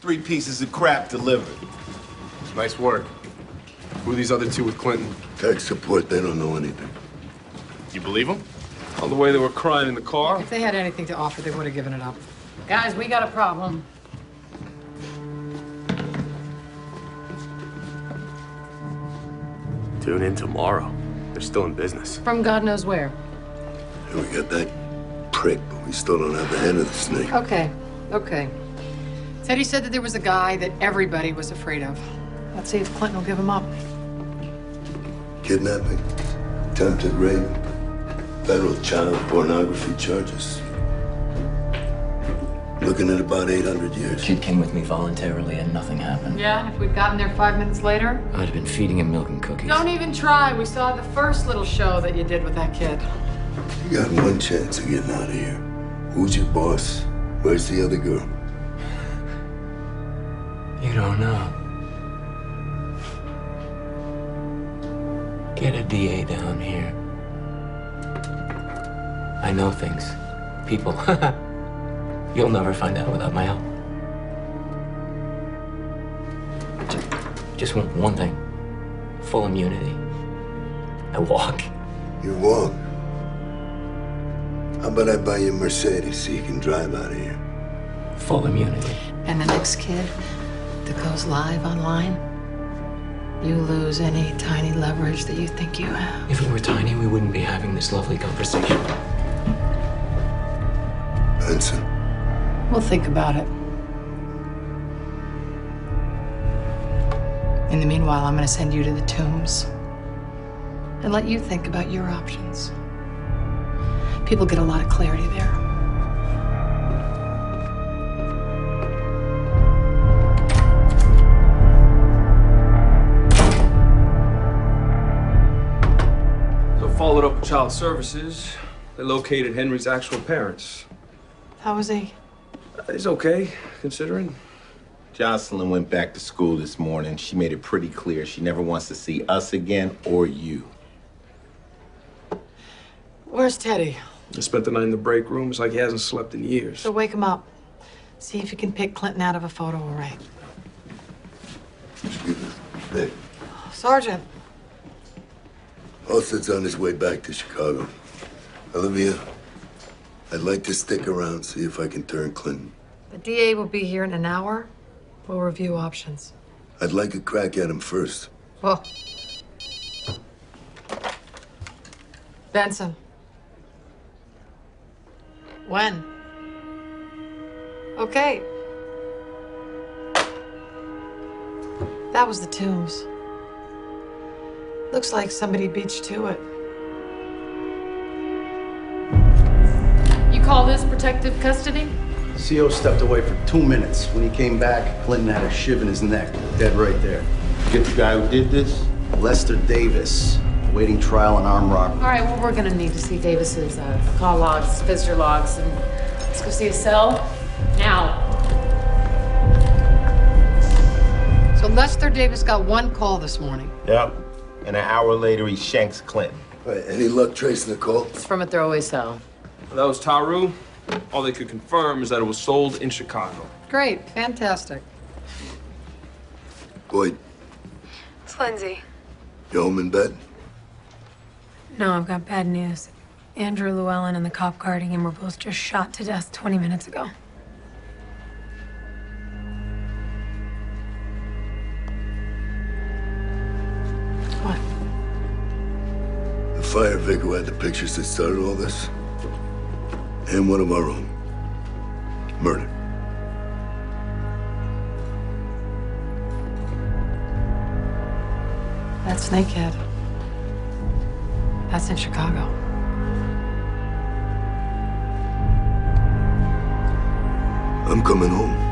Three pieces of crap delivered. Nice work. Who are these other two with Clinton? Tech support, they don't know anything. You believe them? On the way, they were crying in the car. If they had anything to offer, they would have given it up. Guys, we got a problem. Tune in tomorrow. They're still in business. From God knows where. And we got that prick, but we still don't have the head of the snake. Okay, okay. Teddy said that there was a guy that everybody was afraid of. Let's see if Clinton will give him up. Kidnapping, attempted rape, federal child pornography charges. Looking at about 800 years. Kid came with me voluntarily and nothing happened. Yeah, and if we'd gotten there five minutes later. I'd have been feeding him milk and cookies. Don't even try. We saw the first little show that you did with that kid. You got one chance of getting out of here. Who's your boss? Where's the other girl? You don't know. Get a DA down here. I know things. People. You'll never find out without my help. Ju- Just want one thing full immunity. I walk. You walk. How about I buy you a Mercedes so you can drive out of here? Full immunity. And the next kid that goes live online, you lose any tiny leverage that you think you have. If we were tiny, we wouldn't be having this lovely conversation. Benson, We'll think about it. In the meanwhile, I'm going to send you to the tombs and let you think about your options. People get a lot of clarity there. So followed up with child services. They located Henry's actual parents. How is he? He's okay, considering. Jocelyn went back to school this morning. She made it pretty clear she never wants to see us again or you. Where's Teddy? I spent the night in the break room. It's like he hasn't slept in years. So wake him up. See if you can pick Clinton out of a photo array. excuse me. Hey, Sergeant, Halstead's on his way back to Chicago. Olivia, I'd like to stick around, see if I can turn Clinton. the DA will be here in an hour. We'll review options. I'd like a crack at him first. Well, Benson. When? Okay. That was the tombs. Looks like somebody beat you to it. You call this protective custody? CO E stepped away for two minutes. When he came back, Clinton had a shiv in his neck, dead right there. Get the guy who did this? Lester Davis, awaiting trial in armed robbery. All right, well, we're gonna need to see Davis's uh, call logs, visitor logs, and let's go see his cell now. So Lester Davis got one call this morning. Yep. And an hour later, he shanks Clinton. All right, any luck tracing the call? It's from a throwaway cell. That was Taru. All they could confirm is that it was sold in Chicago. Great, fantastic. Boyd, It's Lindsay. you home in bed? No, I've got bad news. Andrew Llewellyn and the cop guarding him were both just shot to death 20 minutes ago. What? The fire vic who had the pictures that started all this? And one of our own. Murder. That snakehead. That's in Chicago. I'm coming home.